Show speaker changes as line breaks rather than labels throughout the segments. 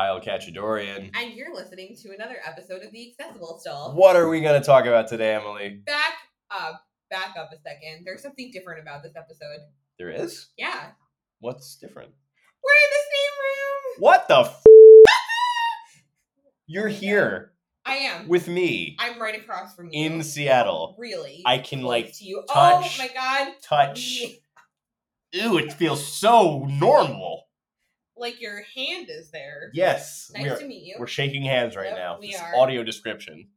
Cachadorian.
And you're listening to another episode of The Accessible Stall.
What are we going to talk about today, Emily?
Back up, back up a second. There's something different about this episode.
There is?
Yeah.
What's different?
We're in the same room.
What the f? You're here
I am.
with me
I'm right across from you.
in Seattle.
really.
I can,
close
like,
to you.
touch-
Oh my god.
touch. Ew, it feels so normal.
Like your hand is there.
Yes.
Nice
we're,
to meet you.
we're shaking hands right
Yep,
now.
we
This
are.
audio description.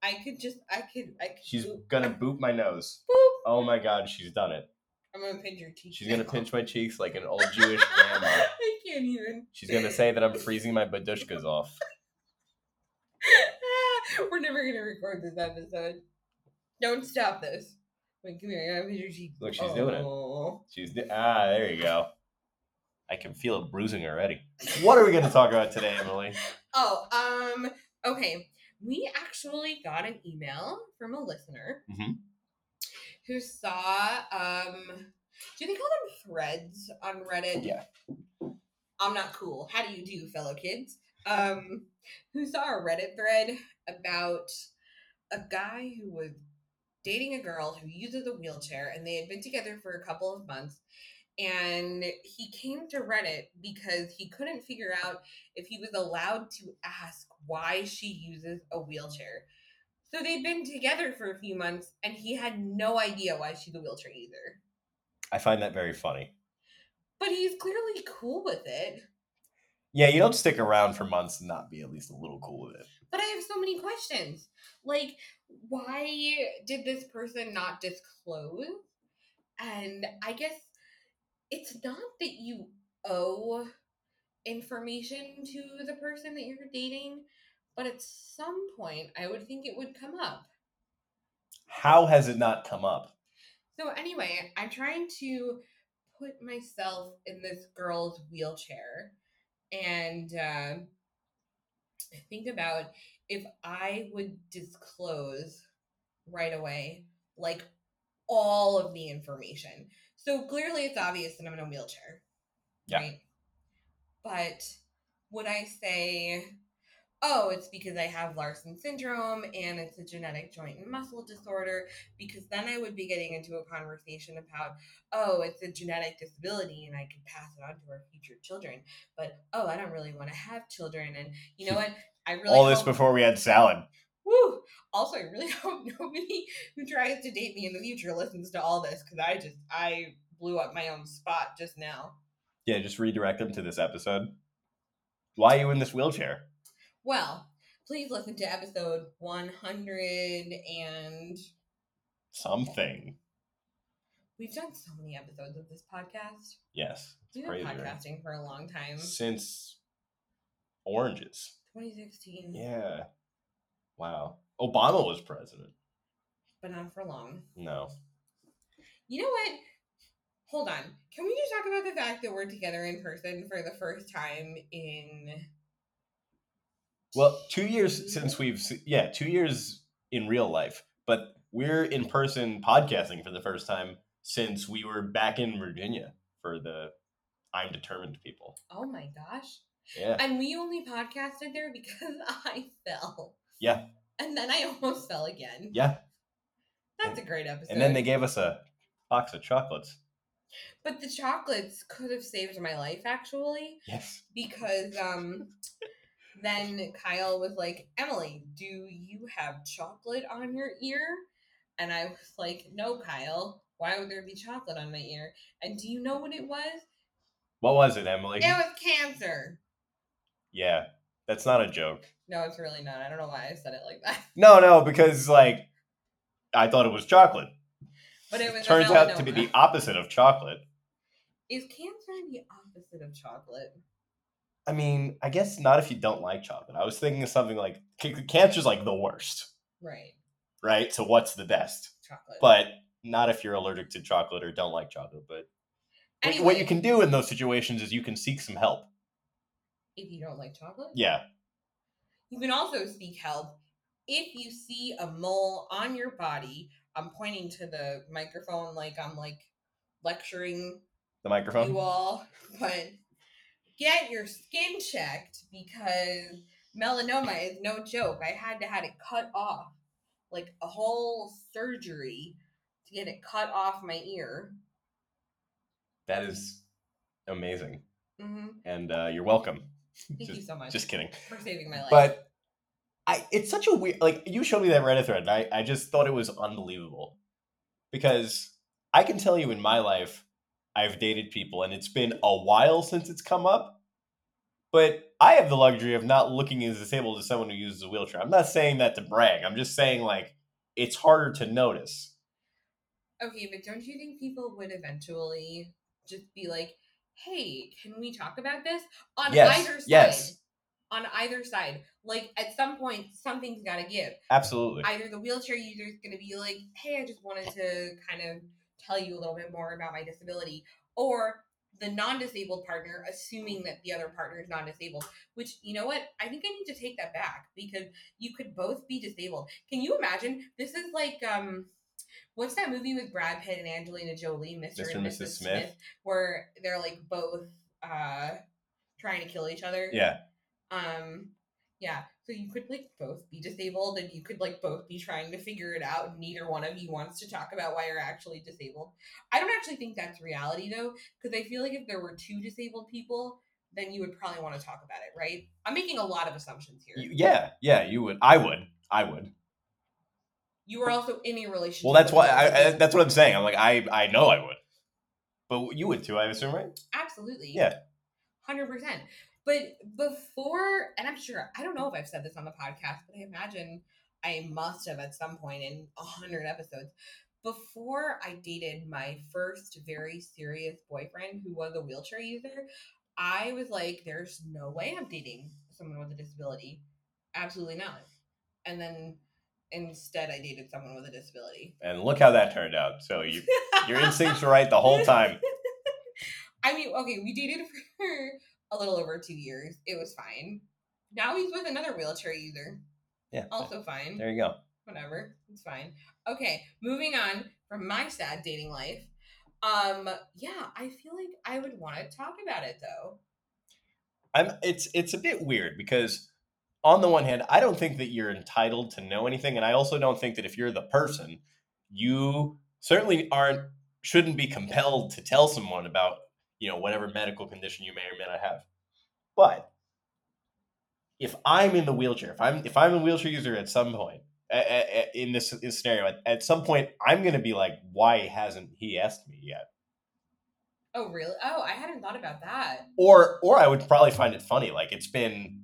I could just. I could. I could.
She's
boop,
going to boop my nose.
boop.
Oh my god, she's done it.
I'm gonna pinch your cheek.
She's gonna pinch my cheeks like an old Jewish grandma.
I can't even.
She's gonna say that I'm freezing my badushkas off.
We're never gonna record this episode. Don't stop this. Wait, come here. I gotta pinch your cheek.
Look, she's doing it.
Oh,
She's di- ah, there you go. I can feel it bruising already. What are we gonna talk about today, Emily?
Oh, um, okay. We actually got an email from a listener
Mhm.
who saw um do they call them threads on Reddit?
Yeah.
I'm not cool. How do you do, fellow kids? Um, who saw a Reddit thread about a guy who was dating a girl who uses a wheelchair and they had been together for a couple of months and he came to Reddit because he couldn't figure out if he was allowed to ask why she uses a wheelchair. So they'd been together for a few months and he had no idea why she's a wheelchair either.
I find that very funny.
But he's clearly cool with it.
Yeah, you don't stick around for months and not be at least a little cool with it.
But I have so many questions. Like, why did this person not disclose? And I guess it's not that you owe information to the person that you're dating, but at some point, I would think it would come up.
How has it not come up?
So, anyway, I'm trying to put myself in this girl's wheelchair and uh, think about if I would disclose right away, like all of the information. So, clearly, it's obvious that I'm in a wheelchair.
Yeah.
Right? But would I say, oh, it's because I have Larson syndrome and it's a genetic joint and muscle disorder? because then I would be getting into a conversation about, oh, it's a genetic disability and I could pass it on to our future children. But oh, I don't really want to have children. And you know what? I really
All this
hope-
before we had salad.
Woo! Also, I really hope nobody who tries to date me in the future listens to all this because I just I blew up my own spot just now.
Yeah, just redirect them to this episode. Why are you in this wheelchair?
Well, please listen to episode one hundred and
Something.
we've done so many episodes of this podcast.
Yes.
We've
crazy,
been
right?
podcasting for a long time.
Since oranges.
2016.
Yeah. Wow. Obama was president.
but not for long.
No.
You know what? Hold on. Can we just talk about the fact that we're together in person for the first time in
Well, two years since we've se- yeah, two years in real life, but we're in person podcasting for the first time since we were back in Virginia for the I'm determined people.
Oh my gosh.
Yeah.
And we only podcasted there because I fell.
Yeah.
And then I almost fell again.
Yeah.
That's a great episode.
And then they gave us a box of chocolates.
But the chocolates could have saved my life actually
Yes.
because um then Kyle was like, "Emily, do you have chocolate on your ear?" And I was like, "No, Kyle. Why would there be chocolate on my ear?" And do you know what it was?
What was it, Emily?
It was cancer.
Yeah. That's not a joke.
No, it's really not. I don't know why I said it like that.
No, no, because like I thought it was chocolate.
But it was a
turns out to be
melanoma.
the opposite of chocolate.
Is cancer the opposite of chocolate?
I mean, I guess not if you don't like chocolate. I was thinking of something like c- cancer's like the worst,
Right.
right? So what's the best?
Chocolate.
But not if you're allergic to chocolate or don't like chocolate. But what- what you
Anyway,
can do in those situations is you can seek some help.
if you don't like chocolate,
Yeah,
You can also seek help if you see a mole on your body. I'm pointing to the microphone like I'm like lecturing
the
you
microphone.
all, but get your skin checked because melanoma is no joke. I had to had it cut off, like a whole surgery to get it cut off my ear.
That is amazing,
hmm
and uh, you're welcome.
Thank you so much
Just kidding.
for saving my life.
But I, it's such a weird. Like you showed me that Reddit thread, and I, I just thought it was unbelievable because I can tell you in my life, I've dated people, and it's been a while since it's come up. But I have the luxury of not looking as disabled as someone who uses a wheelchair. I'm not saying that to brag. I'm just saying like it's harder to notice.
okay, but don't you think people would eventually just be like, "Hey, can we talk about this?" On
yes,
either side.
yes,
On either side. Like at some point something's got to give.
absolutely.
either the wheelchair user is going to be like, hey, I just wanted to kind of tell you a little bit more about my disability, or the non disabled partner assuming that the other partner is non disabled, which, you know what? I think I need to take that back because you could both be disabled. Can you imagine? This is like, um, What's that movie with Brad Pitt and Angelina Jolie, Mr.
Mr.
and Mrs. Smith, where they're like both uh trying to kill each other?
Yeah,
Um, yeah. So you could like both be disabled and you could like both be trying to figure it out and neither one of you wants to talk about why you're actually disabled. I don't actually think that's reality though, because I feel like if there were two disabled people, then you would probably want to talk about it, right? I'm making a lot of assumptions here.
You-
You,
yeah, yeah. You would. I would. I would.
were also in a relationship.
Well, that's
with
why I, I,
someone
that's what I'm saying. I'm like I I know I would, but you would too, I assume, right?
Absolutely.
Yeah.
100%. But before, and I'm sure, I don't know if I've said this on the podcast, but I imagine I must have at some point in 100 episodes. Before I dated my first very serious boyfriend who was a wheelchair user, I was like, there's no way I'm dating someone with a disability. Absolutely not. And then instead, I dated someone with a disability.
And look how that turned out. So you, your instincts were right the whole time.
I mean, okay, we dated for a little over two years. It was fine. Now he's with another wheelchair user.
Yeah.
Also fine.
There you go.
Whatever. It's fine. Okay, moving on from my sad dating life. Um, yeah, I feel like I would want to talk about it though.
I'm. It's it's a bit weird because on the one hand, I don't think that you're entitled to know anything, and I also don't think that if you're the person, you certainly aren't shouldn't be compelled to tell someone about you know whatever medical condition you may or may not have. But if I'm in the wheelchair, if I'm if I'm a wheelchair user at some point a- a- a- in this, this scenario, at, at some point I'm going to be like, why hasn't he asked me yet?
Oh, really? Oh, I hadn't thought about that.
Or or I would probably find it funny, like it's been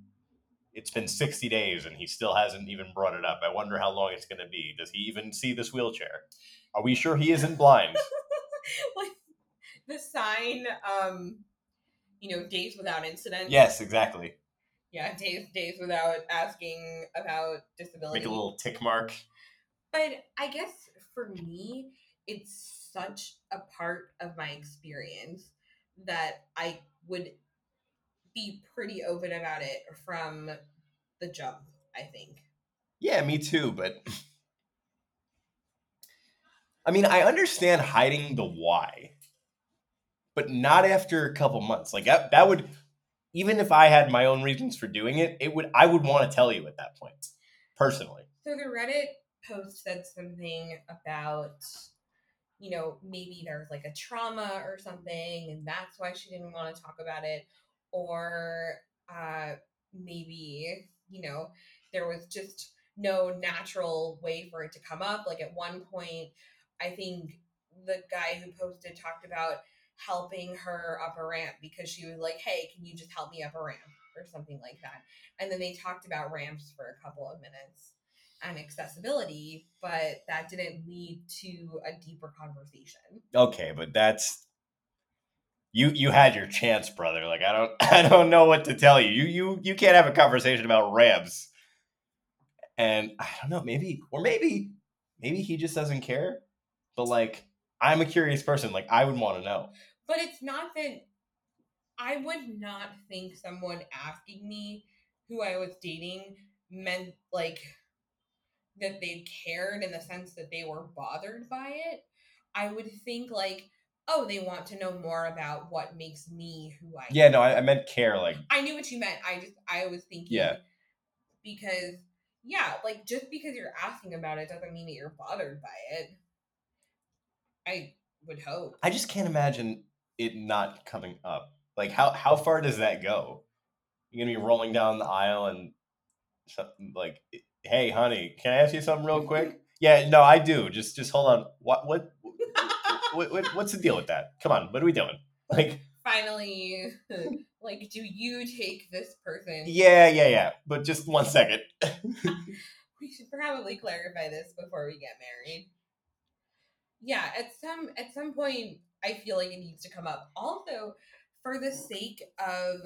it's been 60 days and he still hasn't even brought it up. I wonder how long it's going to be. Does he even see this wheelchair? Are we sure he isn't blind?
like the sign, um, you know, days without incident.
yes, exactly.
Yeah, days days without asking about disability.
Make a little tick mark.
But I guess for me, it's such a part of my experience that I would be pretty open about it from the jump, I think.
Yeah, me too, but I mean, I understand hiding the why, but not after a couple months. Like that, that would even if I had my own reasons for doing it, it would I would want to tell you at that point. Personally.
So the Reddit post said something about, you know, maybe there was like a trauma or something, and that's why she didn't want to talk about it, or uh, maybe you know there was just no natural way for it to come up. Like at one point, I think the guy who posted talked about helping her up a ramp because she was like, "Hey, can you just help me up a ramp?" or something like that. And then they talked about ramps for a couple of minutes and accessibility, but that didn't lead to a deeper conversation.
Okay, but that's you you had your chance, brother. Like I don't I don't know what to tell you. You you you can't have a conversation about Rams. And I don't know, maybe or maybe maybe he just doesn't care. But like I'm a curious person. Like I would want to know.
But it's not that I would not think someone asking me who I was dating meant like that they cared in the sense that they were bothered by it. I would think like, oh, they want to know more about what makes me who I
Yeah,
am.
no, I, I meant care. Like,
I knew what you meant. I just I was thinking
Yeah.
because yeah, like just because you're asking about it doesn't mean that you're bothered by it. I would hope.
I just can't imagine it not coming up. Like, how how far does that go? You're gonna be rolling down the aisle and something like, "Hey, honey, can I ask you something real quick?" yeah, no, I do. Just just hold on. What what what, what what's the deal with that? Come on, what are we doing? Like,
Finally, like, do you take this person?
yeah, yeah, yeah. But just one second.
We should probably clarify this before we get married. Yeah, at some at some point I feel like it needs to come up. Also, for the sake of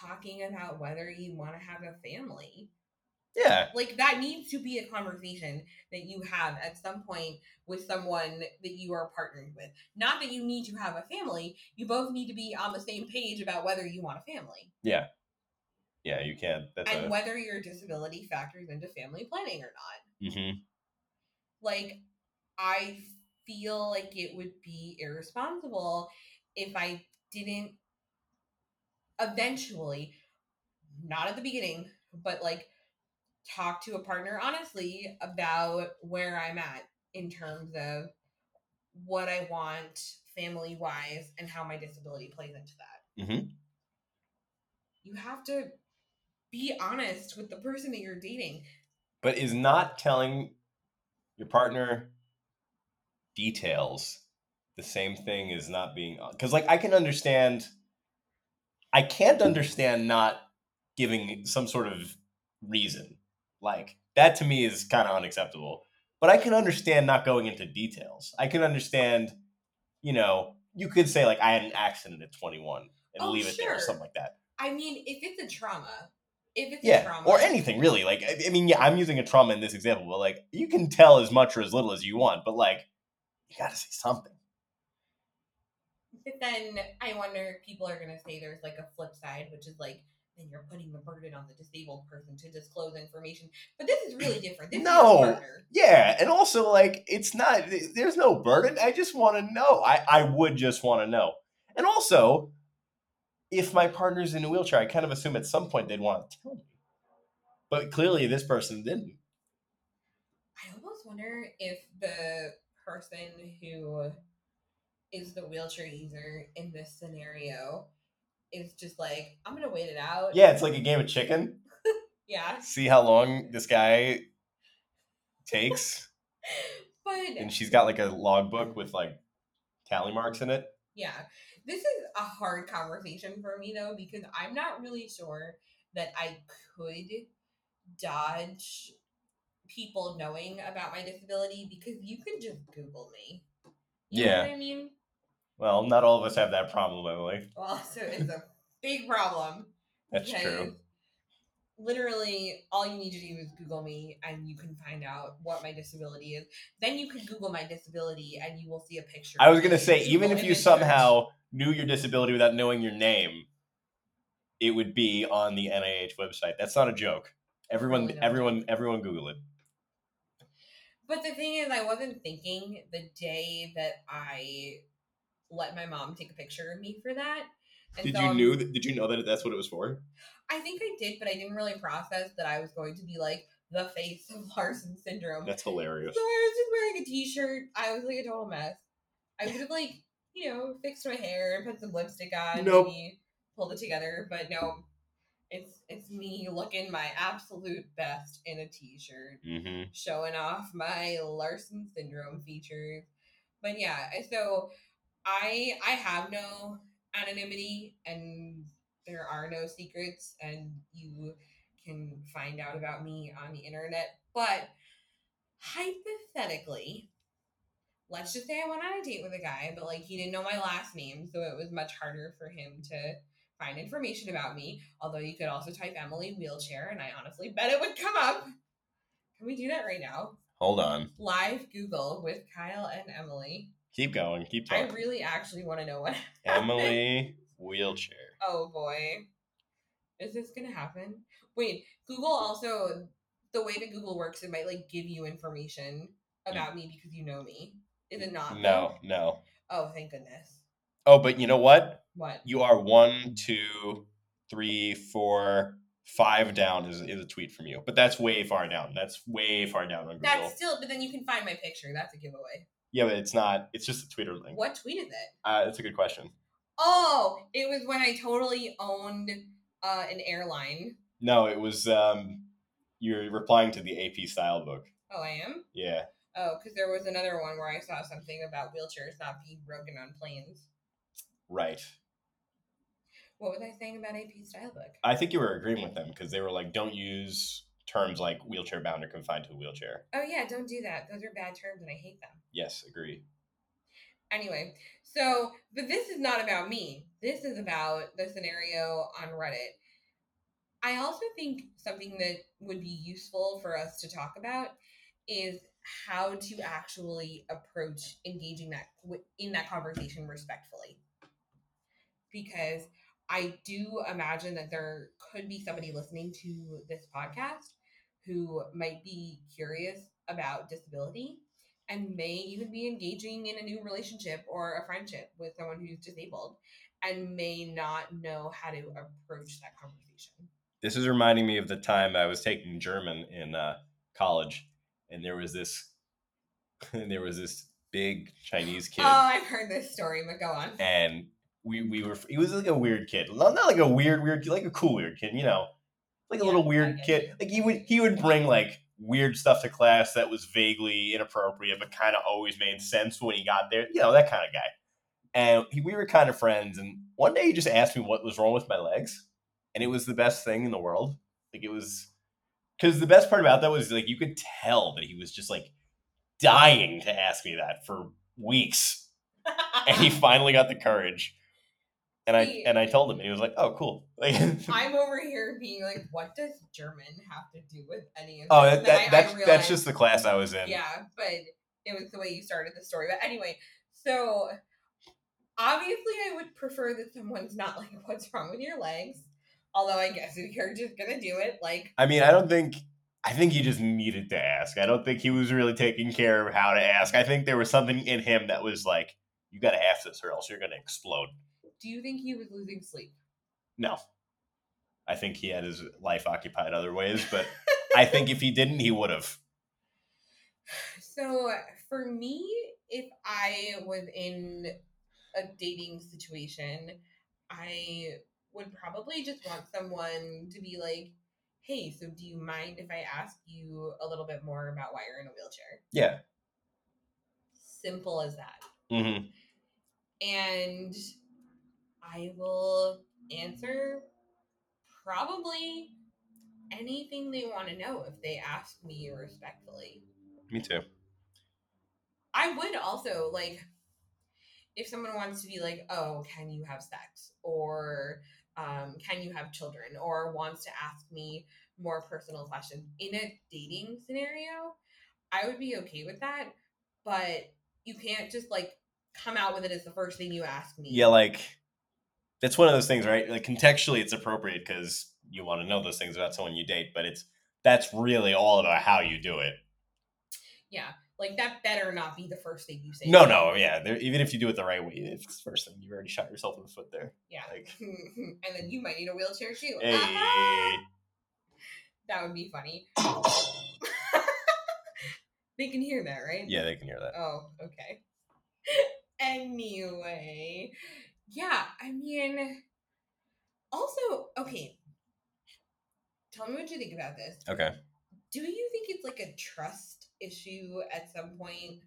talking about whether you want to have a family.
Yeah,
Like that needs to be a conversation that you have at some point with someone that you are partnered with. Not that you need to have a family. You both need to be on the same page about whether you want a family
yeah, you can. That's
and
a,
whether your disability factors into family planning or not.
Mhm.
like I feel like it would be irresponsible if I didn't eventually not at the beginning but like talk to a partner honestly about where I'm at in terms of what I want family wise and how my disability plays into that.
Mhm.
You have to be honest with the person that you're dating.
But is not telling your partner details the same thing as not being because like I can understand. I can't understand not giving some sort of reason. Like that to me is kind of unacceptable. But I can understand not going into details. I can understand, you know, you could say like I had an accident at 21 and
Oh,
leave it there or
sure.
something like that.
I mean, if it's a trauma, if it's a
yeah
trauma,
or anything really like I, I mean yeah i'm using a trauma in this example but like you can tell as much or as little as you want but like you gotta say something
But then I wonder if people are gonna say there's like a flip side, which is like then you're putting the burden on the disabled person to disclose information. But this is really different. This
No.
is your partner.
yeah and also like it's not there's no burden i just want to know i i would just want to know and also if my partner's in a wheelchair i kind of assume at some point they'd want to tell me but clearly this person didn't
I almost wonder if the person who is the wheelchair user in this scenario is just like, I'm gonna wait it out.
yeah it's like a game of chicken
Yeah.
see how long this guy takes
But
and she's got like a logbook with like tally marks in it
Yeah. This is a hard conversation for me though because I'm not really sure that I could dodge people knowing about my disability because you can just Google me. You know
Yeah.
what I mean?
Well, not all of us have that problem, Emily.
Well, so it's a big problem.
That's
because
true.
Literally, all you need to do is Google me and you can find out what my disability is. Then you can Google my disability and you will see a picture.
I was
of
gonna
it.
say, even
Google
if you
image search.
somehow knew your disability without knowing your name, it would be on the NIH website. That's not a joke. Everyone,
Probably not.
everyone, everyone, Google it.
But the thing is, I wasn't thinking the day that I let my mom take a picture of me for that.
Did
so
you
I'm-
knew? That, did you know that that's what it was for?
I think I did, but I didn't really process that I was going to be like the face of Larson syndrome.
That's
So I
hilarious.
was just wearing a t-shirt. I was like a total mess. I would have like you know fixed my hair and put some lipstick on,
Nope.
maybe pulled it together, but no. It's it's me looking my absolute best in a t-shirt
Mm-hmm.
showing off my Larson syndrome features. But yeah, so I I have no anonymity and there are no secrets and you can find out about me on the internet. But hypothetically, let's just say I went on a date with a guy, but like he didn't know my last name, so it was much harder for him to find information about me. Although you could also type Emily wheelchair, and I honestly bet it would come up. Can we do that right now?
Hold on.
Live Google with Kyle and Emily.
Keep going. Keep
I
talking.
really actually want to know what.
Emily wheelchair.
Oh boy. Is this going to happen? Wait, Google also, the way that Google works, Uh-huh. it might like give you information about me because you know me. Is it not? though?
Mm. No, no.
Oh, thank goodness.
Oh, but you know what?
What?
You are one, two, three, four, five down is, is a tweet from you. But that's way far down. That's way far down on Google.
That's still, but then you can find my picture. That's a giveaway.
yeah, but it's not. It's just a Twitter link.
What tweet is it?
Uh, that's a good question.
Oh, it was when I totally owned uh, an airline.
No, it was um, you're replying to the AP style book.
Oh, I am?
Yeah.
Oh, because there was another one where I saw something about wheelchairs not being broken on planes.
Right.
What was I saying about AP style book?
I think you were agreeing with them because they were like, don't use terms like wheelchair bound or confined to a wheelchair.
Oh, yeah, don't do that. Those are bad terms and I hate them.
Yes, agree.
Anyway, so, but this is not about me. This is about the scenario on Reddit. I also think something that would be useful for us to talk about is how to actually approach engaging that wi- in that conversation respectfully. Because I do imagine that there could be somebody listening to this podcast who might be curious about disability and may even be engaging in a new relationship or a friendship with someone who's disabled and may not know how to approach that conversation.
this is reminding me of the time I was taking German in uh, college, and there was this, and there was this big Chinese kid,
Oh, I've heard this story, but go on.
and we we were he was like a weird kid, not, not like a weird weird kid, like a cool weird kid, you know, like a
Yeah,
little
I
weird
get
kid.
you.
Like he would he would bring like weird stuff to class that was vaguely inappropriate, but kind of always made sense when he got there, you know, that kind of guy. And he, we were kind of friends, and one day he just asked me what was wrong with my legs, and it was the best thing in the world. Like it was because the best part about that was like you could tell that he was just like dying to ask me that for weeks, and he finally got the courage. And I
See-
and I told him, and he was like, "Oh, cool." Like,
I'm over here being like, what does German have to do with any of
oh,
this?
that,
And then I- I
that, that that's
realized-
just the class I was in.
Yeah, but it was the way you started the story. But anyway, so obviously, I would prefer that someone's not like, "What's wrong with your legs?" Although I guess if you're just gonna do it, like,
I mean, I don't think. I think he just needed to ask. I don't think he was really taking care of how to ask. I think there was something in him that was like, "You got to ask this, or else you're going to explode."
do you think he was losing sleep?
No, I think he had his life occupied other ways, but I think if he didn't, he would have.
So for me, if I was in a dating situation, I would probably just want someone to be like, "Hey, so do you mind if I ask you a little bit more about why you're in a wheelchair?"
Yeah.
Simple as that.
hmm
and I will answer probably anything they want to know if they ask me respectfully.
Me too.
I would also like if someone wants to be like, "Oh, can you have sex?" or um, "Can you have children?" or wants to ask me more personal questions in a dating scenario, I would be okay with that. But you can't just like come out with it as the first thing you ask me.
Yeah, like that's one of those things, right? Like contextually, it's appropriate because you want to know those things about someone you date, but it's that's really all about how you do it.
Yeah, like that better not be the first thing you say.
No, no, yeah. There, even if you do it the right way, if it's the first thing you already shot yourself in the foot there.
Yeah.
Like,
and then you might need a wheelchair too.
hey,
That would be funny. they can hear that, right?
yeah, they can hear that.
Oh, okay. anyway, yeah, I mean, also, okay. Tell me what you think about this.
Okay.
Do you think it's like a trust issue at some point?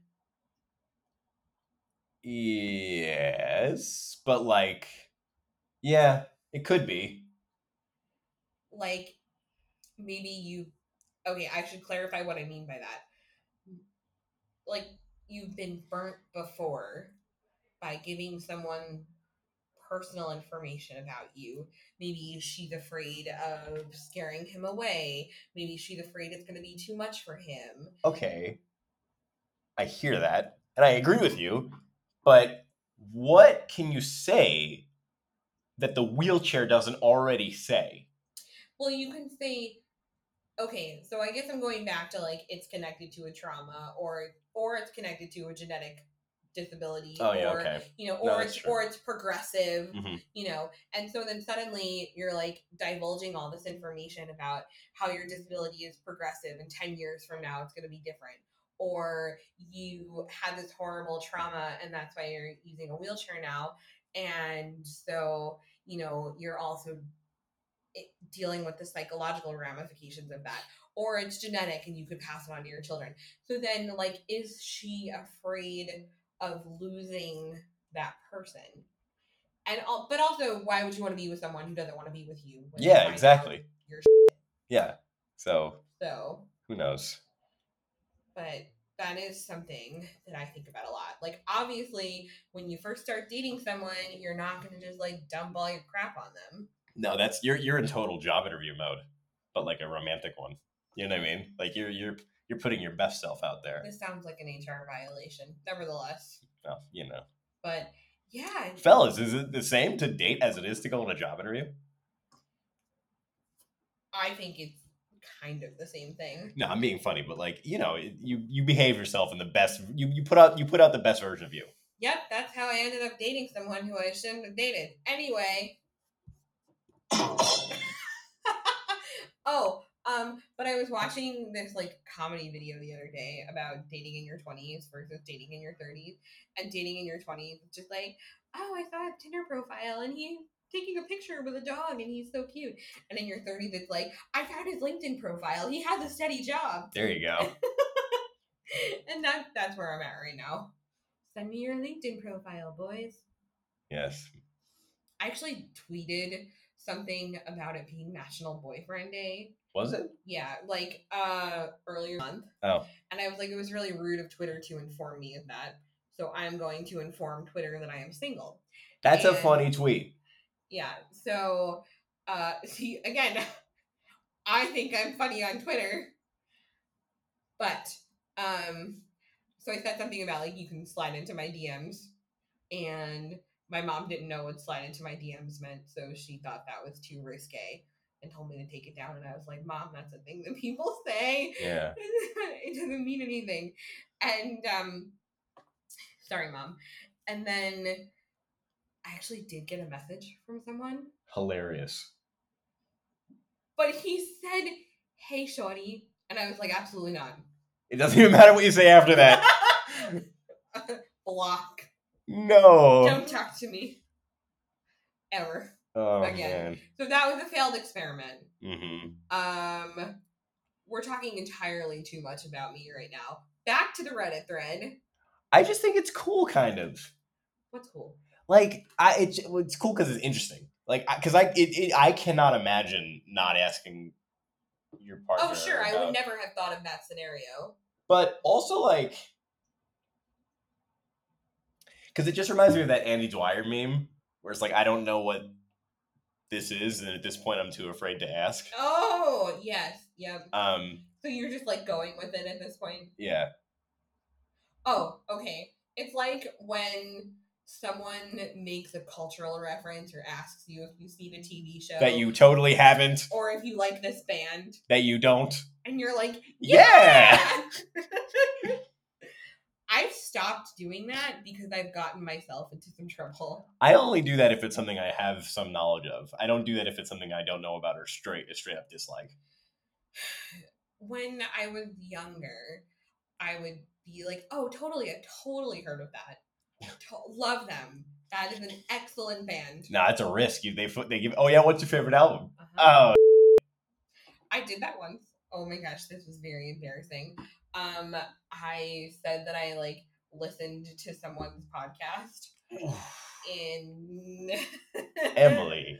Yes, but like, yeah, it could be.
like maybe you okay i should clarify what i mean by that like you've been burnt before by giving someone personal information about you maybe she's afraid of scaring him away maybe she's afraid it's going to be too much for him
okay, I hear that, and I agree with you, but what can you say that the wheelchair doesn't already say?
Well, you can say, okay, so I guess I'm going back to like it's connected to a trauma or or it's connected to a genetic disability
Oh yeah,
or
okay.
you know
No,
or it's
that's true.
or it's progressive
Mhm.
you know and so then suddenly you're like divulging all this information about how your disability is progressive and 10 years from now it's going to be different or you had this horrible trauma and that's why you're using a wheelchair now and so you know you're also i- dealing with the psychological ramifications of that or it's genetic and you could pass it on to your children so then like is she afraid of losing that person and all, but also why would you want to be with someone who doesn't want to be with you when you
Yeah,
find out
exactly.
your
Yeah. So
so
who knows?
but that is something that I think about a lot. Like, obviously, when you first start dating someone, you're not going to just like dump all your crap on them.
No, that's you're you're in total job interview mode, but like a romantic one. You know what I mean? Like you're you're you're putting your best self out there.
This sounds like an HR violation, nevertheless.
Well, you know,
But yeah,
fellas, is it the same to date as it is to go on a job interview?
I think it's kind of the same thing.
No, I'm being funny, but like you know, it, you you behave yourself in the best. You you put out you put out the best version of you.
Yep, that's how I ended up dating someone who I shouldn't have dated. Anyway. oh, um, but I was watching this like comedy video the other day about dating in your twenties versus dating in your thirties, and dating in your twenties is just like, oh, I saw a Tinder profile and he's taking a picture with a dog and he's so cute, and in your thirties it's like, I found his LinkedIn profile. He has a steady job,
There you go.
and that that's where I'm at right now. Send me your LinkedIn profile, boys.
yes.
I actually tweeted something about it being National Boyfriend Day.
Was it?
Yeah, like uh earlier month.
Oh.
And I was like, it was really rude of Twitter to inform me of that. So I'm going to inform Twitter that I am single.
That's a
And-
funny tweet.
Yeah. So uh see again, I think I'm funny on Twitter. But um so I said something about like you can slide into my DMs and my mom didn't know what slide into my DMs meant, so she thought that was too risque and told me to take it down and I was like, Mom, that's a thing that people say.
Yeah.
it doesn't mean anything. And um sorry, mom. And then I actually did get a message from someone,
Hilarious.
but he said, "Hey, shorty," and I was like, "Absolutely not."
It doesn't even matter what you say after that. Oh.
Block.
No.
Don't talk to me. Ever.
Oh
Again. So that was a failed experiment.
man. hmm
Um, we're talking entirely too much about me right now. Back to the Reddit thread.
I just think it's cool, kind of.
What's cool?
like I it, it's cool because it's interesting. Like because I it, it I cannot imagine not asking your partner.
Oh, sure. I
about-
would never have thought of that scenario.
But also like because it just reminds me of that Andy Dwyer meme where it's like I don't know what this is, and at this point I'm too afraid to ask.
Oh, yes. Yep.
Um,
So you're just like going with it at this point.
yeah,
Oh, okay. It's like when someone makes a cultural reference or asks you if you've seen a TV show
that you totally haven't,
or if you like this band,
that you don't.
and you're like,
Yeah!
"Yeah!" I've stopped doing that because I've gotten myself into some trouble.
I only do that if it's something I have some knowledge of. I don't do that if it's something I don't know about or straight straight up dislike.
When I was younger, I would be like, "Oh, totally! I totally heard of that. To- love them. That is an excellent band."
Nah, it's a risk. You, they fu- they give. Oh yeah, what's your favorite album?
Uh-huh.
Oh,
I did that once. Oh my gosh, this was very embarrassing. Um, I said that I like listened to someone's podcast in
Emily.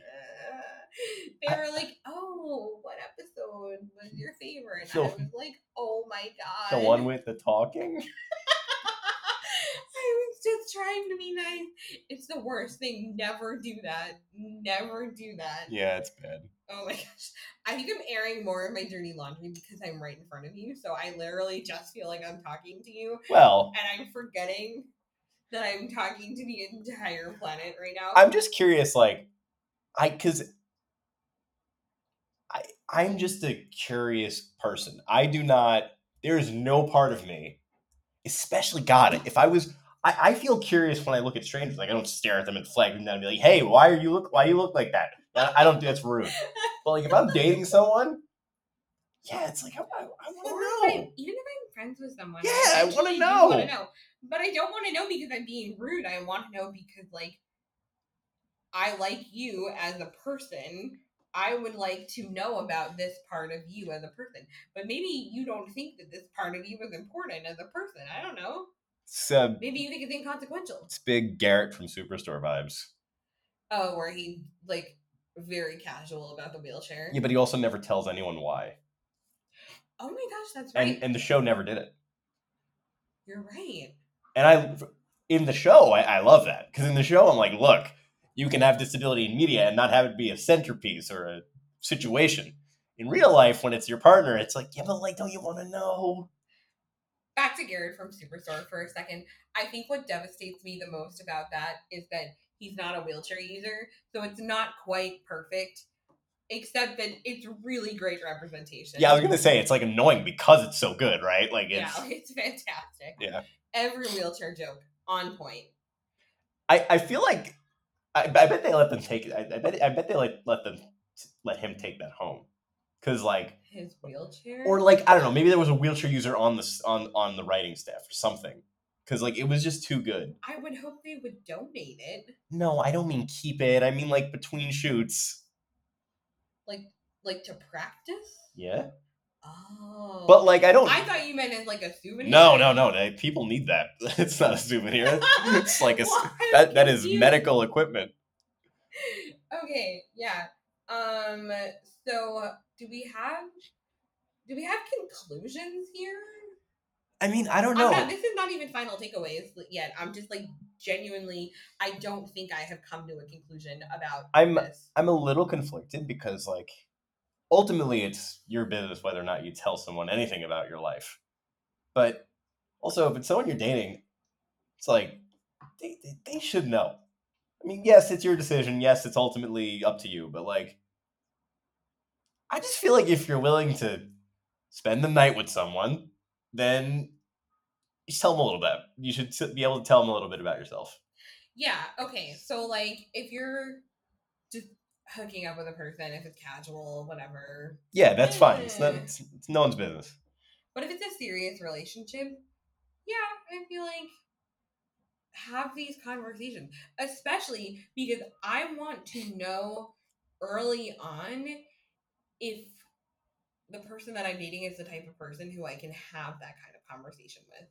They were like, "Oh, what episode was your favorite?" And
So-
I was like, "Oh my
the
god!"
one with the talking.
I was just trying to be nice. It's the worst thing. Never do that. Never do that.
Yeah, it's bad.
Oh my gosh. I think I'm airing more of my dirty laundry because I'm right in front of you. So I literally just feel like I'm talking to you
Well,
and I'm forgetting that I'm talking to the entire planet right now.
I'm just curious, like, I because I I'm just a curious person. I do not. There is no part of me, especially God. If I was, I, I feel curious when I look at strangers. Like I don't stare at them and flag them down and be like, "Hey, why are you look? Why you look like that?" I I don't. That's rude. But like if I'm dating someone, yeah, it's like I, I, I
Even
want
if
to know.
I'm- even if I'm friends with someone,
Yeah, I
want
wanna know.
to know, but I don't want to know because I'm being rude. I want to know because, like, I like you as a person. I would like to know about this part of you as a person, but maybe you don't think that this part of you is important as a person. I don't know.
It's, uh,
Maybe you think it's inconsequential.
it's big Garrett from Superstore vibes.
Oh, where he like very casual about the wheelchair.
Yeah, but he also never tells anyone why,
Oh my gosh, that's right.
and and the show never did it.
You're right.
And I, in the show, I, I love that because in the show, I'm like, look, you can have disability in media and not have it be a centerpiece or a situation. In real life, when it's your partner, it's like, yeah, but like, don't you want to know?
back to Garrett from Superstore for a second. I think what devastates me the most about that is that he's not a wheelchair user, so it's not quite perfect, except that it's really great representation.
Yeah, I was gonna say it's like annoying because it's so good, right? Like
yeah,
it's
like, it's fantastic.
Yeah.
every wheelchair joke on point.
I, I feel like I, I bet they let them take it. I, I bet I bet they like let them let him take that home because like
His wheelchair,
or like I don't know maybe there was a wheelchair user on the s- on on the writing staff or something because like it was just too good.
I would hope they would donate it,
No, I don't mean keep it. I mean like between shoots.
like like to practice.
Yeah,
Oh,
but like I don't.
I thought you meant as like a souvenir.
no, no, no. They, people need that. It's not a souvenir. it's like a s-
Why? I'm
that that is
confused.
medical equipment.
okay, yeah. Um so do we have do we have conclusions here?
I mean I don't
I'm
know.
not- this is not even final takeaways yet. I'm just like genuinely I don't think I have come to a conclusion about
I'm-
this.
I'm a little conflicted because like ultimately it's your business whether or not you tell someone anything about your life. But also if it's someone you're dating, it's like they, they, they should know. I mean, yes, it's your decision. Yes, it's ultimately up to you, but like I just feel like if you're willing to spend the night with someone, then you should tell them a little bit. You should t- be able to tell them a little bit about yourself.
Yeah, okay. So like if you're just hooking up with a person, if it's casual, whatever.
Yeah, that's fine. It's not
Yeah.
it's, it's no one's business.
But if it's a serious relationship, yeah, I feel like have these conversations, especially because I want to know early on if the person that I'm dating is the type of person who I can have that kind of conversation with.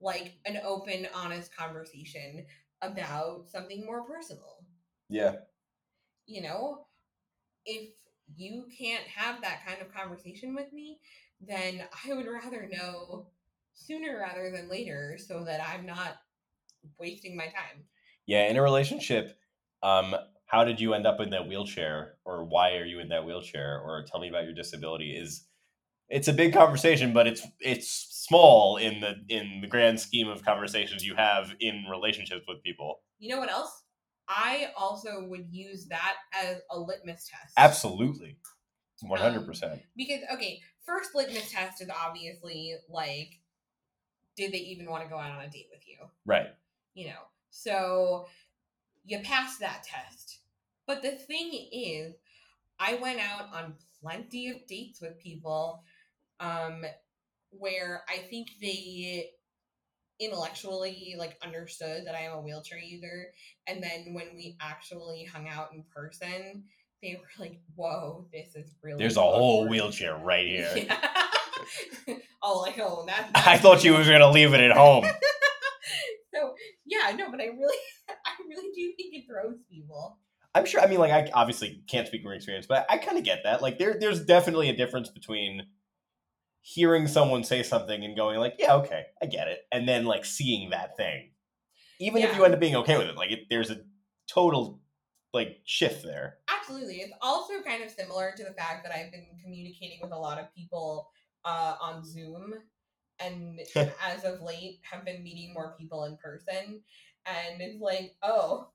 Like an open, honest conversation about something more personal.
Yeah.
You know, if you can't have that kind of conversation with me, then I would rather know sooner rather than later so that I'm not wasting my time.
Yeah, in a relationship, um, how did you end up in that wheelchair, or why are you in that wheelchair, or tell me about your disability? Is it's a big conversation, but it's it's small in the in the grand scheme of conversations you have in relationships with people.
You know what else? I also would use that as a litmus test.
Absolutely, one hundred percent.
Because, okay, first litmus test is obviously like, did they even want to go out on a date with you?
Right.
you know. So you pass that test. But the thing is, I went out on plenty of dates with people um where I think they intellectually like understood that I am a wheelchair user and then when we actually hung out in person, they were like, "Whoa, this is really
There's a whole
awkward."
wheelchair right here.
Yeah. oh, like oh, that's
I thought you was gonna leave it at home.
so yeah, no, but I really, I really do think it throws people.
I'm sure. I mean, like, I obviously can't speak from experience, but I kind of get that. Like, there, there's definitely a difference between hearing someone say something and going like, "Yeah, okay, I get it," and then like seeing that thing, even if
Yeah.
you end up being okay with it. Like, it, there's a total like shift there.
Absolutely, it's also kind of similar to the fact that I've been communicating with a lot of people uh, on Zoom, and as of late, have been meeting more people in person, and it's like, oh,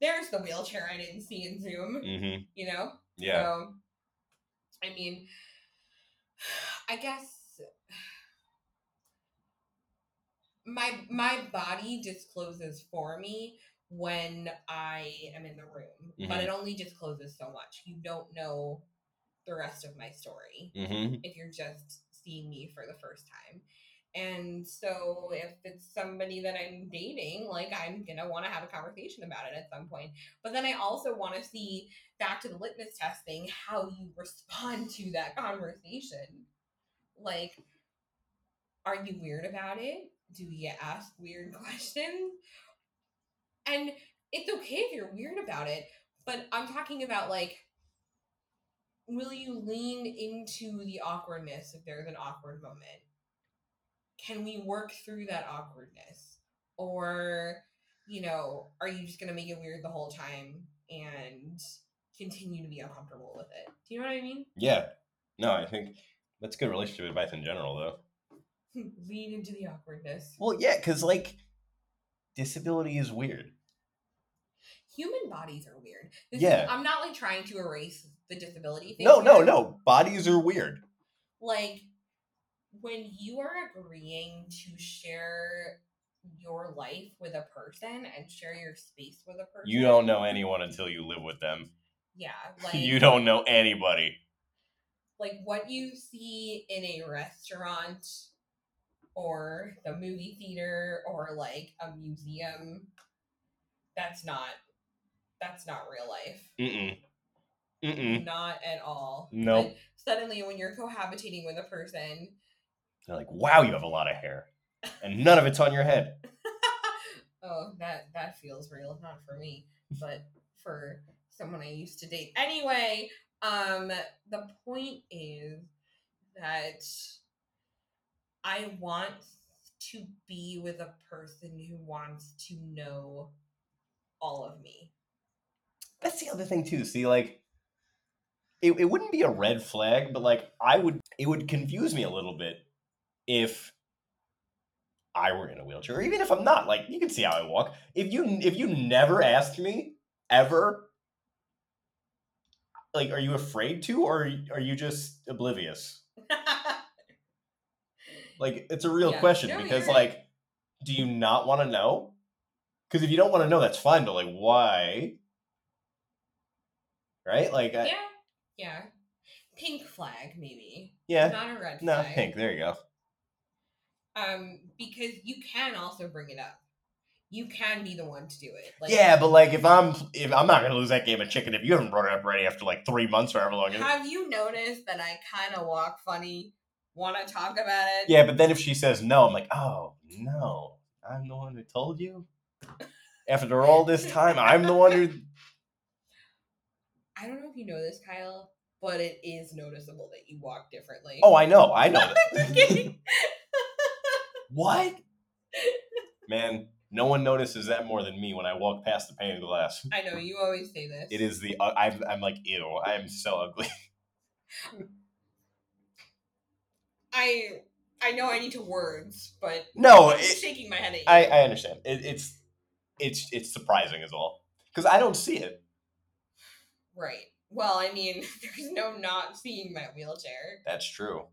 there's the wheelchair I didn't see in Zoom,
Mm-hmm.
you know. So, I mean, I guess my my body discloses for me when I am in the room, but
Mhm.
it only discloses so much. You don't know the rest of my story
Mm-hmm.
if you're just seeing me for the first time. And so if it's somebody that I'm dating, like I'm going to want to have a conversation about it at some point. But then I also want to see back to the litmus test thing how you respond to that conversation. Like are you weird about it? Do you ask weird questions? And it's okay if you're weird about it, but I'm talking about like will you lean into the awkwardness if there's an awkward moment? Can we work through that awkwardness? Or, you know, are you just going to make it weird the whole time and continue to be uncomfortable with it? Do you know what I mean?
Yeah. No, I think that's good relationship advice in general, though.
lean into the awkwardness.
Well, yeah, because like disability is weird.
Human bodies are weird. This
Yeah.
Is, I'm not like trying to erase the disability thing.
No, no,
here.
no. Bodies are weird.
like when you are agreeing to share your life with a person and share your space with a person
You don't know anyone until you live with them.
yeah like
you don't know anybody.
like what you see in a restaurant or the movie theater or like a museum that's not that's not real life
Mm-mm. Mm-mm.
not at all
Mm-hmm. Nope.
Like, suddenly when you're cohabitating with a person
They're like, wow, you have a lot of hair. And none of it's on your head.
oh that that feels real not for me but for someone i used to date anyway um the point is that i want to be with a person who wants to know all of me
That's the other thing too. See, like it, it wouldn't be a red flag, but like I would it would confuse me a little bit if I were in a wheelchair, or even if I'm not. Like you can see how I walk. If you if you never asked me ever, like are you afraid to, or are you- are you just oblivious? Like it's a real
Yeah.
question
No,
because
you're right.
like, do you not want to know? Because if you don't want to know, that's fine. But like, why? Right? Like, uh, I,
yeah
yeah,
yeah pink flag maybe not a red
no,
flag
pink. There you go.
um because you can also bring it up you can be the one to do it like
yeah, but like, if I'm if I'm not gonna lose that game of chicken, if you haven't brought it up already after like three months or however long. It,
Have you noticed that I kind of walk funny? Want to talk about it?
yeah, but then if she says no, I'm like, oh no, I'm the one who told you. After all this time, I'm the one who.
I don't know if you know this, Kyle, but it is noticeable that you walk differently.
Oh, I know, I know.
Just kidding.
What? Man, no one notices that more than me when I walk past the pane of glass.
I know you always say this.
It is the uh, I'm I'm like ew. I'm so ugly.
I I know I need to words, but
No,
I'm
it,
shaking my head at you.
I I understand. It, it's it's it's surprising as all because I don't see it.
right. Well, I mean, there's no not seeing my wheelchair,
That's true.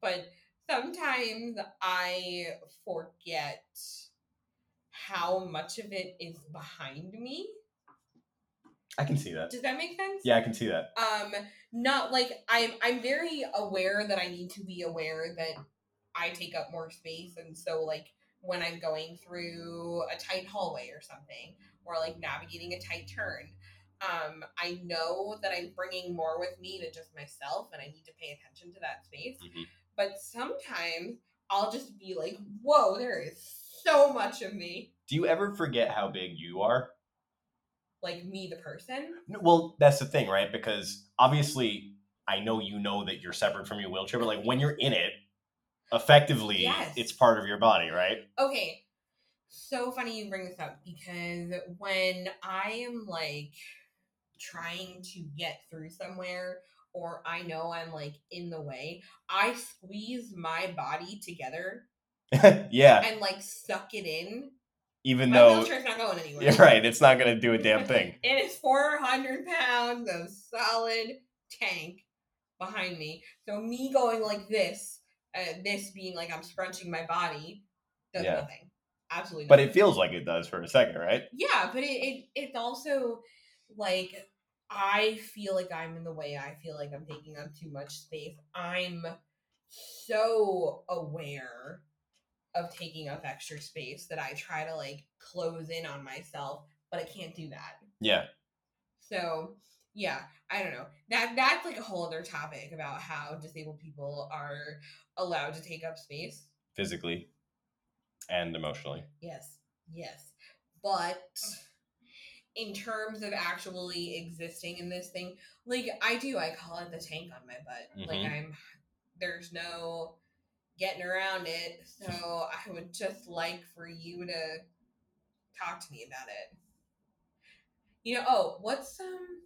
but sometimes I forget how much of it is behind me.
I can see that.
Does that make sense?
Yeah, I can see that.
um not like i'm i'm very aware that i need to be aware that i take up more space and so like when i'm going through a tight hallway or something or like navigating a tight turn um i know that i'm bringing more with me than just myself and i need to pay attention to that space
Mhm.
but sometimes i'll just be like whoa there is so much of me
Do you ever forget how big you are?
like me the person
No, well, that's the thing, right? Because obviously, I know you know that you're separate from your wheelchair, but like when you're in it, effectively,
Yes.
it's part of your body, right?
Okay. So funny you bring this up because when I am like trying to get through somewhere or I know I'm like in the way, I squeeze my body together
yeah.
and like suck it in.
Even
My
though
wheelchair's not going anywhere.
you're right, it's not gonna do a damn thing.
It is 400 pounds of solid tank behind me. So me going like this, uh, this being like I'm scrunching my body, does
Yeah.
nothing. absolutely not.
But it feels like it does for a second, right?
yeah but it, it it's also like i feel like i'm in the way i feel like i'm taking up too much space i'm so aware of taking up extra space that i try to like close in on myself but i can't do that
Yeah.
so yeah, I don't know. That that's like a whole other topic about how disabled people are allowed to take up space.
Physically and emotionally.
Yes, yes. But in terms of actually existing in this thing, like I do, I call it the tank on my butt. Like
Mhm.
I'm there's no getting around it. So I would just like for you to talk to me about it. You know, oh, what's um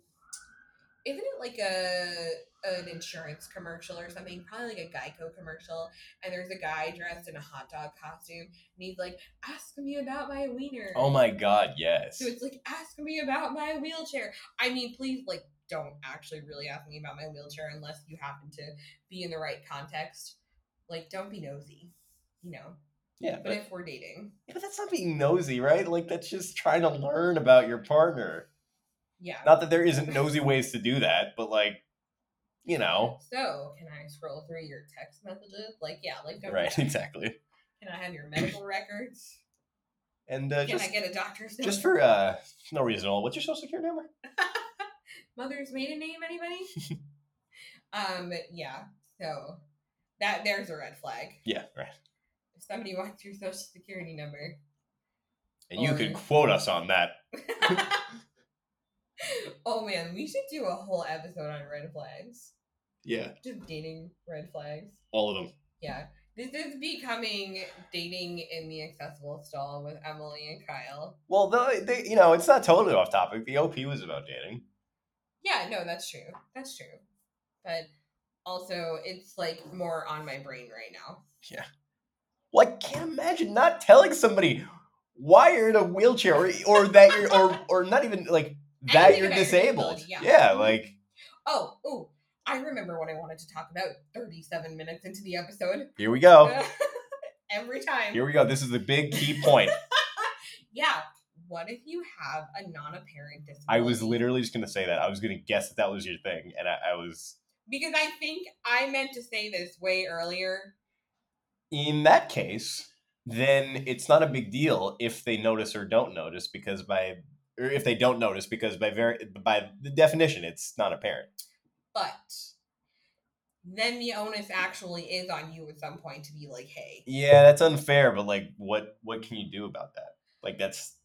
isn't it like a an insurance commercial or something? Probably like a Geico commercial, and there's a guy dressed in a hot dog costume, and he's like, "Ask me about my wiener."
Oh my god, yes.
So it's like, ask me about my wheelchair. I mean, please, like, don't actually really ask me about my wheelchair unless you happen to be in the right context. Like, don't be nosy, you know.
Yeah,
But
but,
if we're dating,
yeah, but that's not being nosy, right? Like that's just trying to learn about your partner.
yeah.
Not that there isn't nosy ways to do that, but like, you know.
So, can I scroll through your text messages? Like, yeah, like, don't,
Right, exactly.
can I have your medical records?
And uh,
Can
just
I get a doctor's note?
just for uh no reason at all. What's your social security number?
mother's maiden name? Anybody? um, yeah. So that there's a red flag.
Yeah, right.
If somebody wants your social security number,
And you can
Or-
quote us on that.
oh man, we should do a whole episode on red flags.
Yeah,
Just dating red flags.
all of them.
Yeah. This is becoming dating in the accessible stall with Emily and Kyle.
Well, though, they, you know, it's not totally off topic. The OP was about dating.
Yeah, no, that's true. That's true. But also, it's like more on my brain right now.
Well, I can't imagine not telling somebody why you're in a wheelchair or, or that you're or or not even like that
Anything
you're
about your
disabled.
disability,
Yeah.
yeah.
like
Oh, oh, I remember what I wanted to talk about 37 minutes into the episode.
here we go.
Every time.
Here we go. This is the big key point.
yeah. What if you have a non apparent disability?
I was literally just gonna say that. I was gonna guess that that was your thing, and I, I was
because I think I meant to say this way earlier.
in that case. Then it's not a big deal if they notice or don't notice because by or if they don't notice because by very by the definition it's not apparent.
but then the onus actually is on you at some point to be like, hey,
Yeah, that's unfair, but like what what can you do about that? Like that's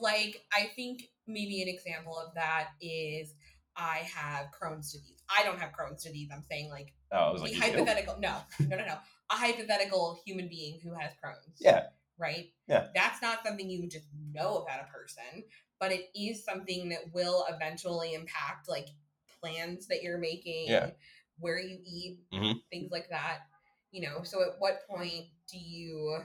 like I think maybe an example of that is I have Crohn's disease. I don't have Crohn's disease. I'm saying like
oh, I was
the
like you do?
hypothetical. No, no, no, no. A hypothetical human being who has Crohn's.
Yeah.
Right.
Yeah.
That's not something you just know about a person, but it is something that will eventually impact like plans that you're making,
Yeah.
where you eat,
Mhm.
things like that. You know. So at what point do you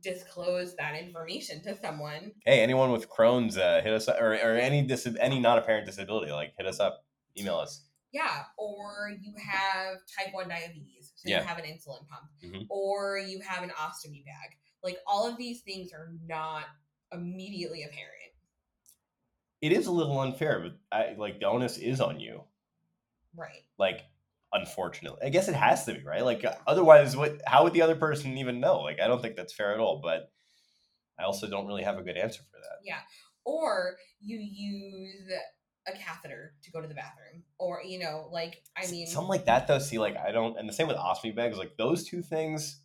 disclose that information to someone?
Hey, anyone with Crohn's, uh, hit us up, or, or any dis- any non apparent disability, like hit us up, email us.
Yeah, or you have type 1 diabetes, so
Yeah.
you have an insulin pump,
Mhm.
or you have an ostomy bag. Like all of these things are not immediately apparent.
It is a little unfair, but I like the onus is on you.
Right.
Like, unfortunately, I guess it has to be right. Like, otherwise, what? How would the other person even know? Like, I don't think that's fair at all. But I also don't really have a good answer for that.
Or you use a catheter to go to the bathroom. Or, you know, like, I
S-
mean,
something like that though. See, like I don't, and the same with ostomy bags. Like those two things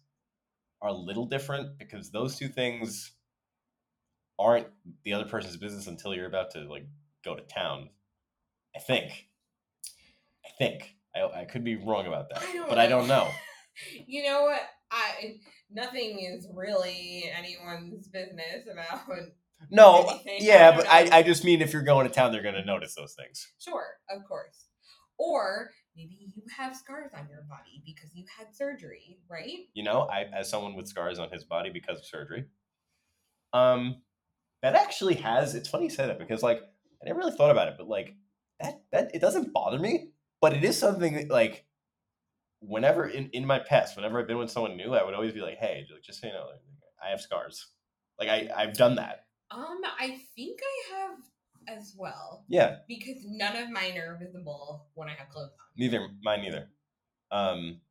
are a little different because those two things aren't the other person's business until you're about to like go to town. I think. I think I, I could be wrong about that,
I don't
but I don't know.
you know what? I, nothing is really anyone's business about.
No,
Anything, I
yeah,
don't
but
know.
I, I just mean if you're going to town, they're going to notice those things.
Sure, of course. Or maybe you have scars on your body because you had surgery, right?
You know, I as someone with scars on his body because of surgery. Um, that actually has. It's funny you say that because like I never really thought about it, but like that that it doesn't bother me, but it is something that like whenever in in my past, whenever I've been with someone new, I would always be like, hey, like, just so you know, like, I have scars. Like I, I've done that.
Um, I think I have as well
Yeah,
because none of mine are visible when I have clothes on.
neither mine neither. Um,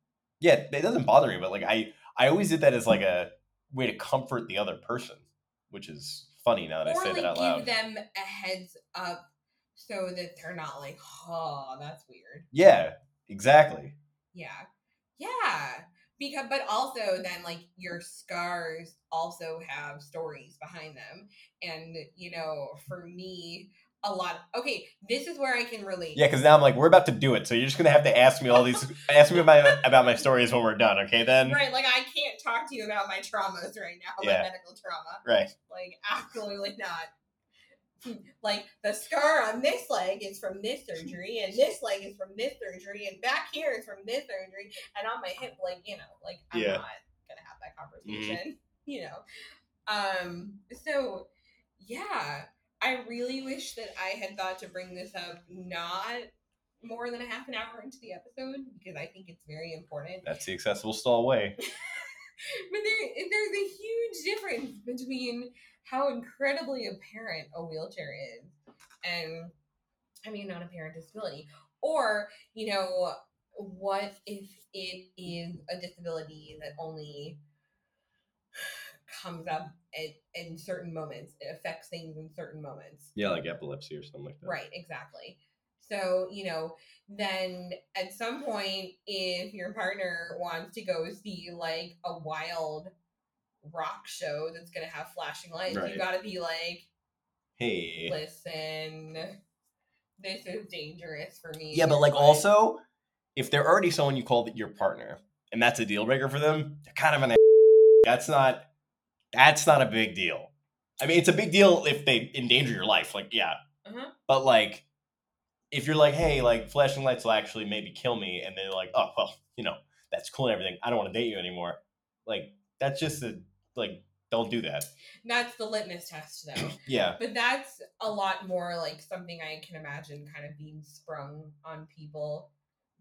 yeah, it doesn't bother me, but like I, I always did that as like a way to comfort the other person, which is funny now that I
or
say
like
that out
give
loud.
them a heads up so that they're not like, oh, that's weird.
yeah, exactly.
Yeah. Yeah. Because but also then like your scars also have stories behind them. And you know, for me, a lot okay, this is where I can relate.
Yeah, because now I'm like, we're about to do it, so you're just gonna have to ask me all these, ask me about about my stories when we're done, okay? Then
Right, like I can't talk to you about my traumas right now,
Yeah.
my medical trauma.
right,
Like absolutely not. Like the scar on this leg is from this surgery, and this leg is from this surgery, and back here is from this surgery, and on my hip, like you know, like I'm
Yeah. Mm-hmm.
not gonna have that conversation, you know. Um. So, yeah, I really wish that I had thought to bring this up not more than a half an hour into the episode because I think it's very important
that's the accessible stall way.
but there, there's a huge difference between how incredibly apparent a wheelchair is and i mean not apparent disability or you know what if it is a disability that only comes up at, in certain moments it affects things in certain moments
Yeah, like epilepsy or something like that.
Right, exactly. So, you know, then at some point, if your partner wants to go see like a wild rock show that's going to have flashing lights,
Right.
you got to be like,
Hey.
listen, this is dangerous for me.
Yeah, but like
Like,
also, if they're already someone you call th- your partner, and that's a deal breaker for them, they're kind of an. a- That's not. That's not a big deal. I mean, it's a big deal if they endanger your life. Like, yeah,
Uh-huh.
but like, if you're like, hey, like flashing lights will actually maybe kill me, and they're like, oh well, you know, that's cool and everything. I don't want to date you anymore. Like, that's just a like, don't do that.
That's the litmus test, though.
Yeah,
but that's a lot more like something I can imagine kind of being sprung on people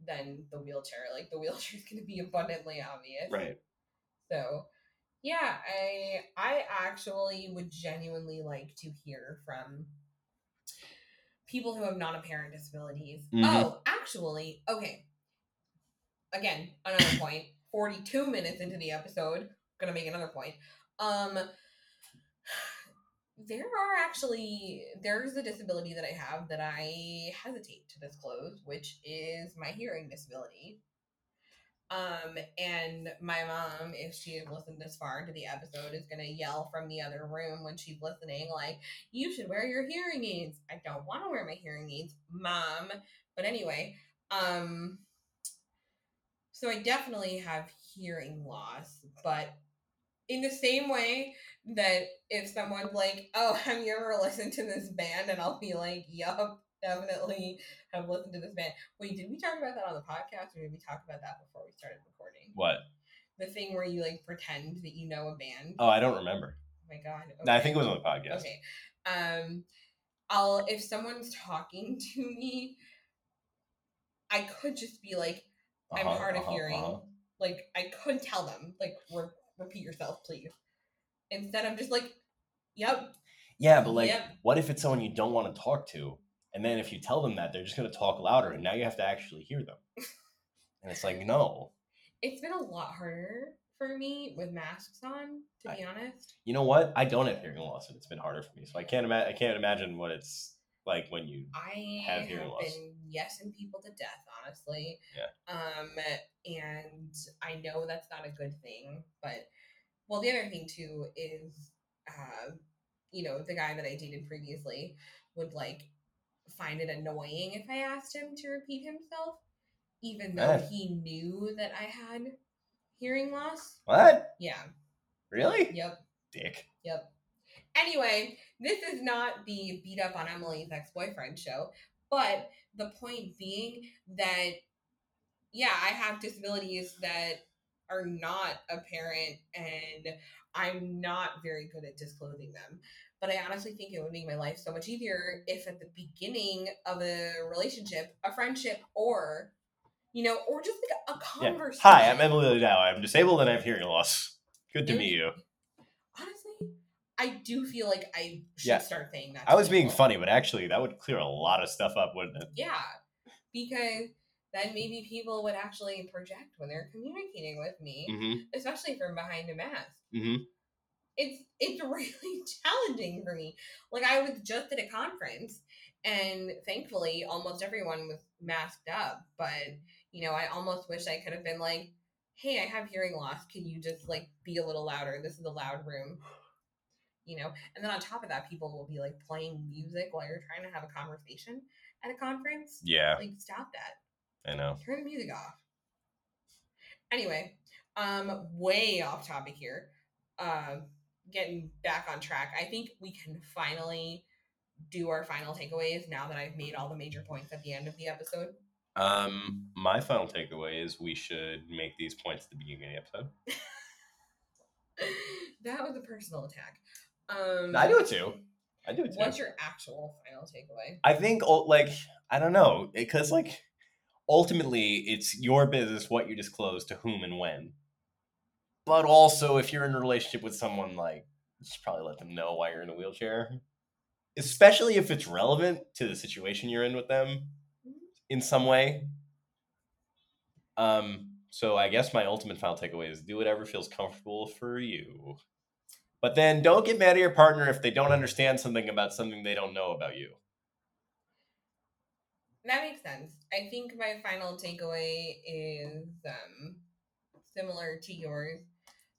than the wheelchair. Like the wheelchair is going to be abundantly obvious.
right.
So, yeah, I I actually would genuinely like to hear from people who have non-apparent disabilities.
Mhm.
Oh, actually, okay. Again, another point. 42 minutes into the episode, going to make another point. Um there are actually there's a disability that I have that I hesitate to disclose, which is my hearing disability. Um, and my mom, if she had listened this far into the episode, is gonna yell from the other room when she's listening, like, you should wear your hearing aids. I don't wanna wear my hearing aids, mom. But anyway, um so I definitely have hearing loss, but in the same way that if someone's like, Oh, have you ever listened to this band? And I'll be like, Yup, definitely have listened to this band. Wait, did we talk about that on the podcast or did we talk about that before we started recording?
What?
The thing where you like pretend that you know a band.
Oh, I don't remember.
Oh my god.
No, I think it was on the podcast.
Okay. Um I'll if someone's talking to me, I could just be like, I'm
Uh-huh,
hard of
uh-huh,
hearing.
uh-huh.
Like I could tell them, like re- repeat yourself, please. Instead I'm just like, Yep.
Yeah, but like,
Yep.
what if it's someone you don't want to talk to? And then if you tell them that, they're just going to talk louder, and now you have to actually hear them. and it's like, no.
It's been a lot harder for me with masks on, to
I-
be honest.
You know what? I don't have hearing loss, and it's been harder for me. So I can't imagine. I can't imagine what it's like when you.
I
Have
have,
hearing loss.
been yesing people to death, honestly.
Yeah.
Um, and I know that's not a good thing, but well, the other thing too is, uh, you know, the guy that I dated previously would like find it annoying if I asked him to repeat himself, even though
Ah.
he knew that I had hearing loss.
What?
Yeah.
Really?
Yep.
Dick.
Yep. Anyway, this is not the beat up on Emily's ex boyfriend show, but the point being that, yeah, I have disabilities that are not apparent and I'm not very good at disclosing them. But I honestly think it would make my life so much easier if at the beginning of a relationship, a friendship, or, you know, or just like a
Yeah.
conversation.
Hi, I'm Emily Now. I'm disabled and I have hearing loss. Good to
It
meet you.
honestly, I I do feel like I should
Yeah.
start saying that.
I
to
was being
people.
funny, but actually, that would clear a lot of stuff up, wouldn't it?
Yeah, because then maybe people would actually project when they're communicating with me,
Mm-hmm.
especially from behind a mask.
Mm-hmm.
it's it's really challenging for me. Like I was just at a conference and thankfully almost everyone was masked up, but you know, I almost wish I could have been like, "Hey, I have hearing loss. Can you just like be a little louder? This is a loud room." You know, and then on top of that, people will be like playing music while you're trying to have a conversation at a conference.
Yeah,
Like stop that.
I know.
Turn the music off. Anyway, um way off topic here. Um getting back on track. I think we can finally do our final takeaways now that I've made all the major points at the end of the episode.
Um, my final takeaway is we should make these points at the beginning of the episode.
that was a personal attack. Um
I do it too. I do it too.
What's your actual final takeaway?
I think ul- like I don't know because like ultimately it's your business what you disclose to whom and when. But also, if you're in a relationship with someone, like you should probably let them know why you're in a wheelchair, especially if it's relevant to the situation you're in with them in some way. Um. So I guess my ultimate final takeaway is do whatever feels comfortable for you. But then don't get mad at your partner if they don't understand something about something they don't know about you.
That makes sense. I think my final takeaway is um, similar to yours.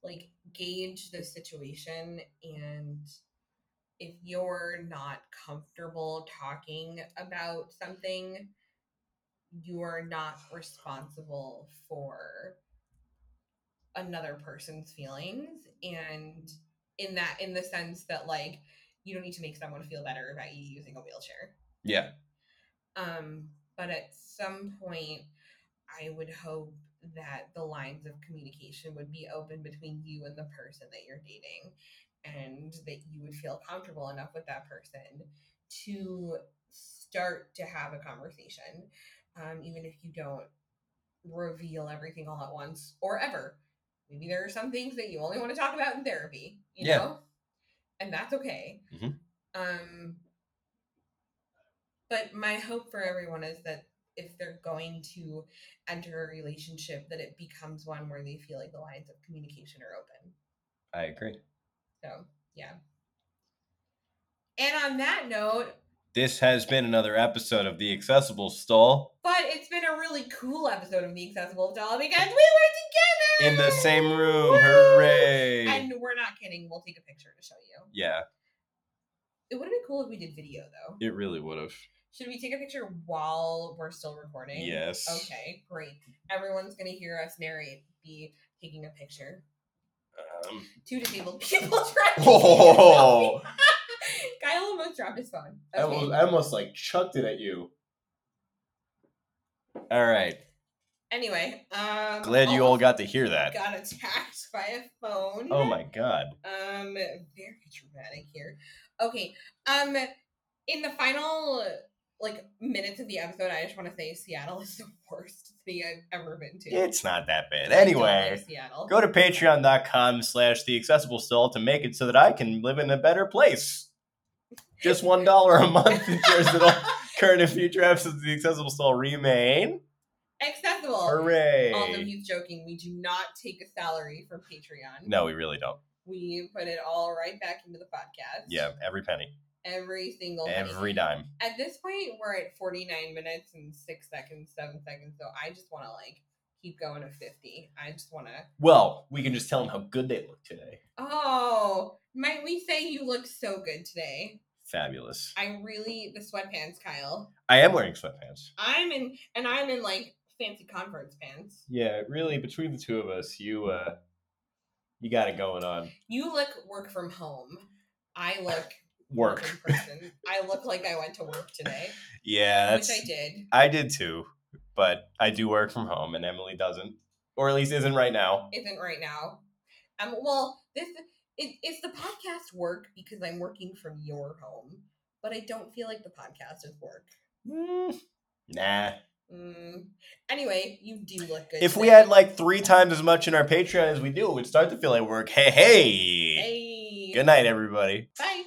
Like, gauge the situation, and if you're not comfortable talking about something, you're not responsible for another person's feelings. And in that, in the sense that, like, you don't need to make someone feel better about you using a wheelchair.
Yeah.
Um, but at some point, I would hope that the lines of communication would be open between you and the person that you're dating, and that you would feel comfortable enough with that person to start to have a conversation, um, even if you don't reveal everything all at once or ever. Maybe there are some things that you only want to talk about in therapy, you
Yeah.
know, and that's okay.
Mhm.
Um, but my hope for everyone is that if they're going to enter a relationship that it becomes one where they feel like the lines of communication are open
I agree.
so yeah and on that note
This has been another episode of The Accessible Stall
but it's been a really cool episode of the accessible doll because we were together
in the same room.
Woo!
Hooray!
and we're not kidding we'll take a picture to show you
yeah,
it would have been cool if we did video though
it really would have.
should we take a picture while we're still recording
Yes.
okay great everyone's gonna hear us narrate be taking a picture
Um,
two disabled people trying to
Oh.
take a selfie. Kyle almost dropped his phone.
I,
Okay.
almost, I almost like chucked it at you. All right.
Anyway, um
Glad you all got to hear that.
got attacked by a phone.
Oh my god.
Um very dramatic here. Okay. Um in the final like minutes of the episode, I just want to say Seattle is the worst city I've ever been to.
It's not that
I
bad.
don't
Anyway.
like Seattle.
Go to patreon.com slash the accessible stall to make it so that I can live in a better place. Just one dollar a month ensures that all current and future episodes of the accessible stall remain.
Accessible. Although
Hooray!
he's joking, we do not take a salary from Patreon.
No, we really don't.
We put it all right back into the podcast.
Yeah, every penny,
Every single penny.
every dime.
At this point, we're at 49 minutes and six seconds, seven seconds. So I just want to like keep going to 50. I just want to.
Well, we can just tell them how good they look today.
Oh, might we say you look so good today?
Fabulous.
I really the sweatpants, Kyle.
I am wearing sweatpants.
I'm in, and I'm in like fancy conference pants.
Yeah, really, between the two of us, you uh you got it going on.
You look work from home. I look
Work.
in person. I look like I went to work today,
Yeah, that's
which I did.
I did too, but I do work from home, and Emily doesn't, or at least isn't right now.
isn't right now. Um, well, this it, it's the podcast work because I'm working from your home, but I don't feel like the podcast is work.
Mm, Nah.
Mm. Anyway, you do look good.
If we
today.
had like three times as much in our Patreon as we do, it would start to feel like work. Hey, hey.
hey,
Good night, everybody.
Bye.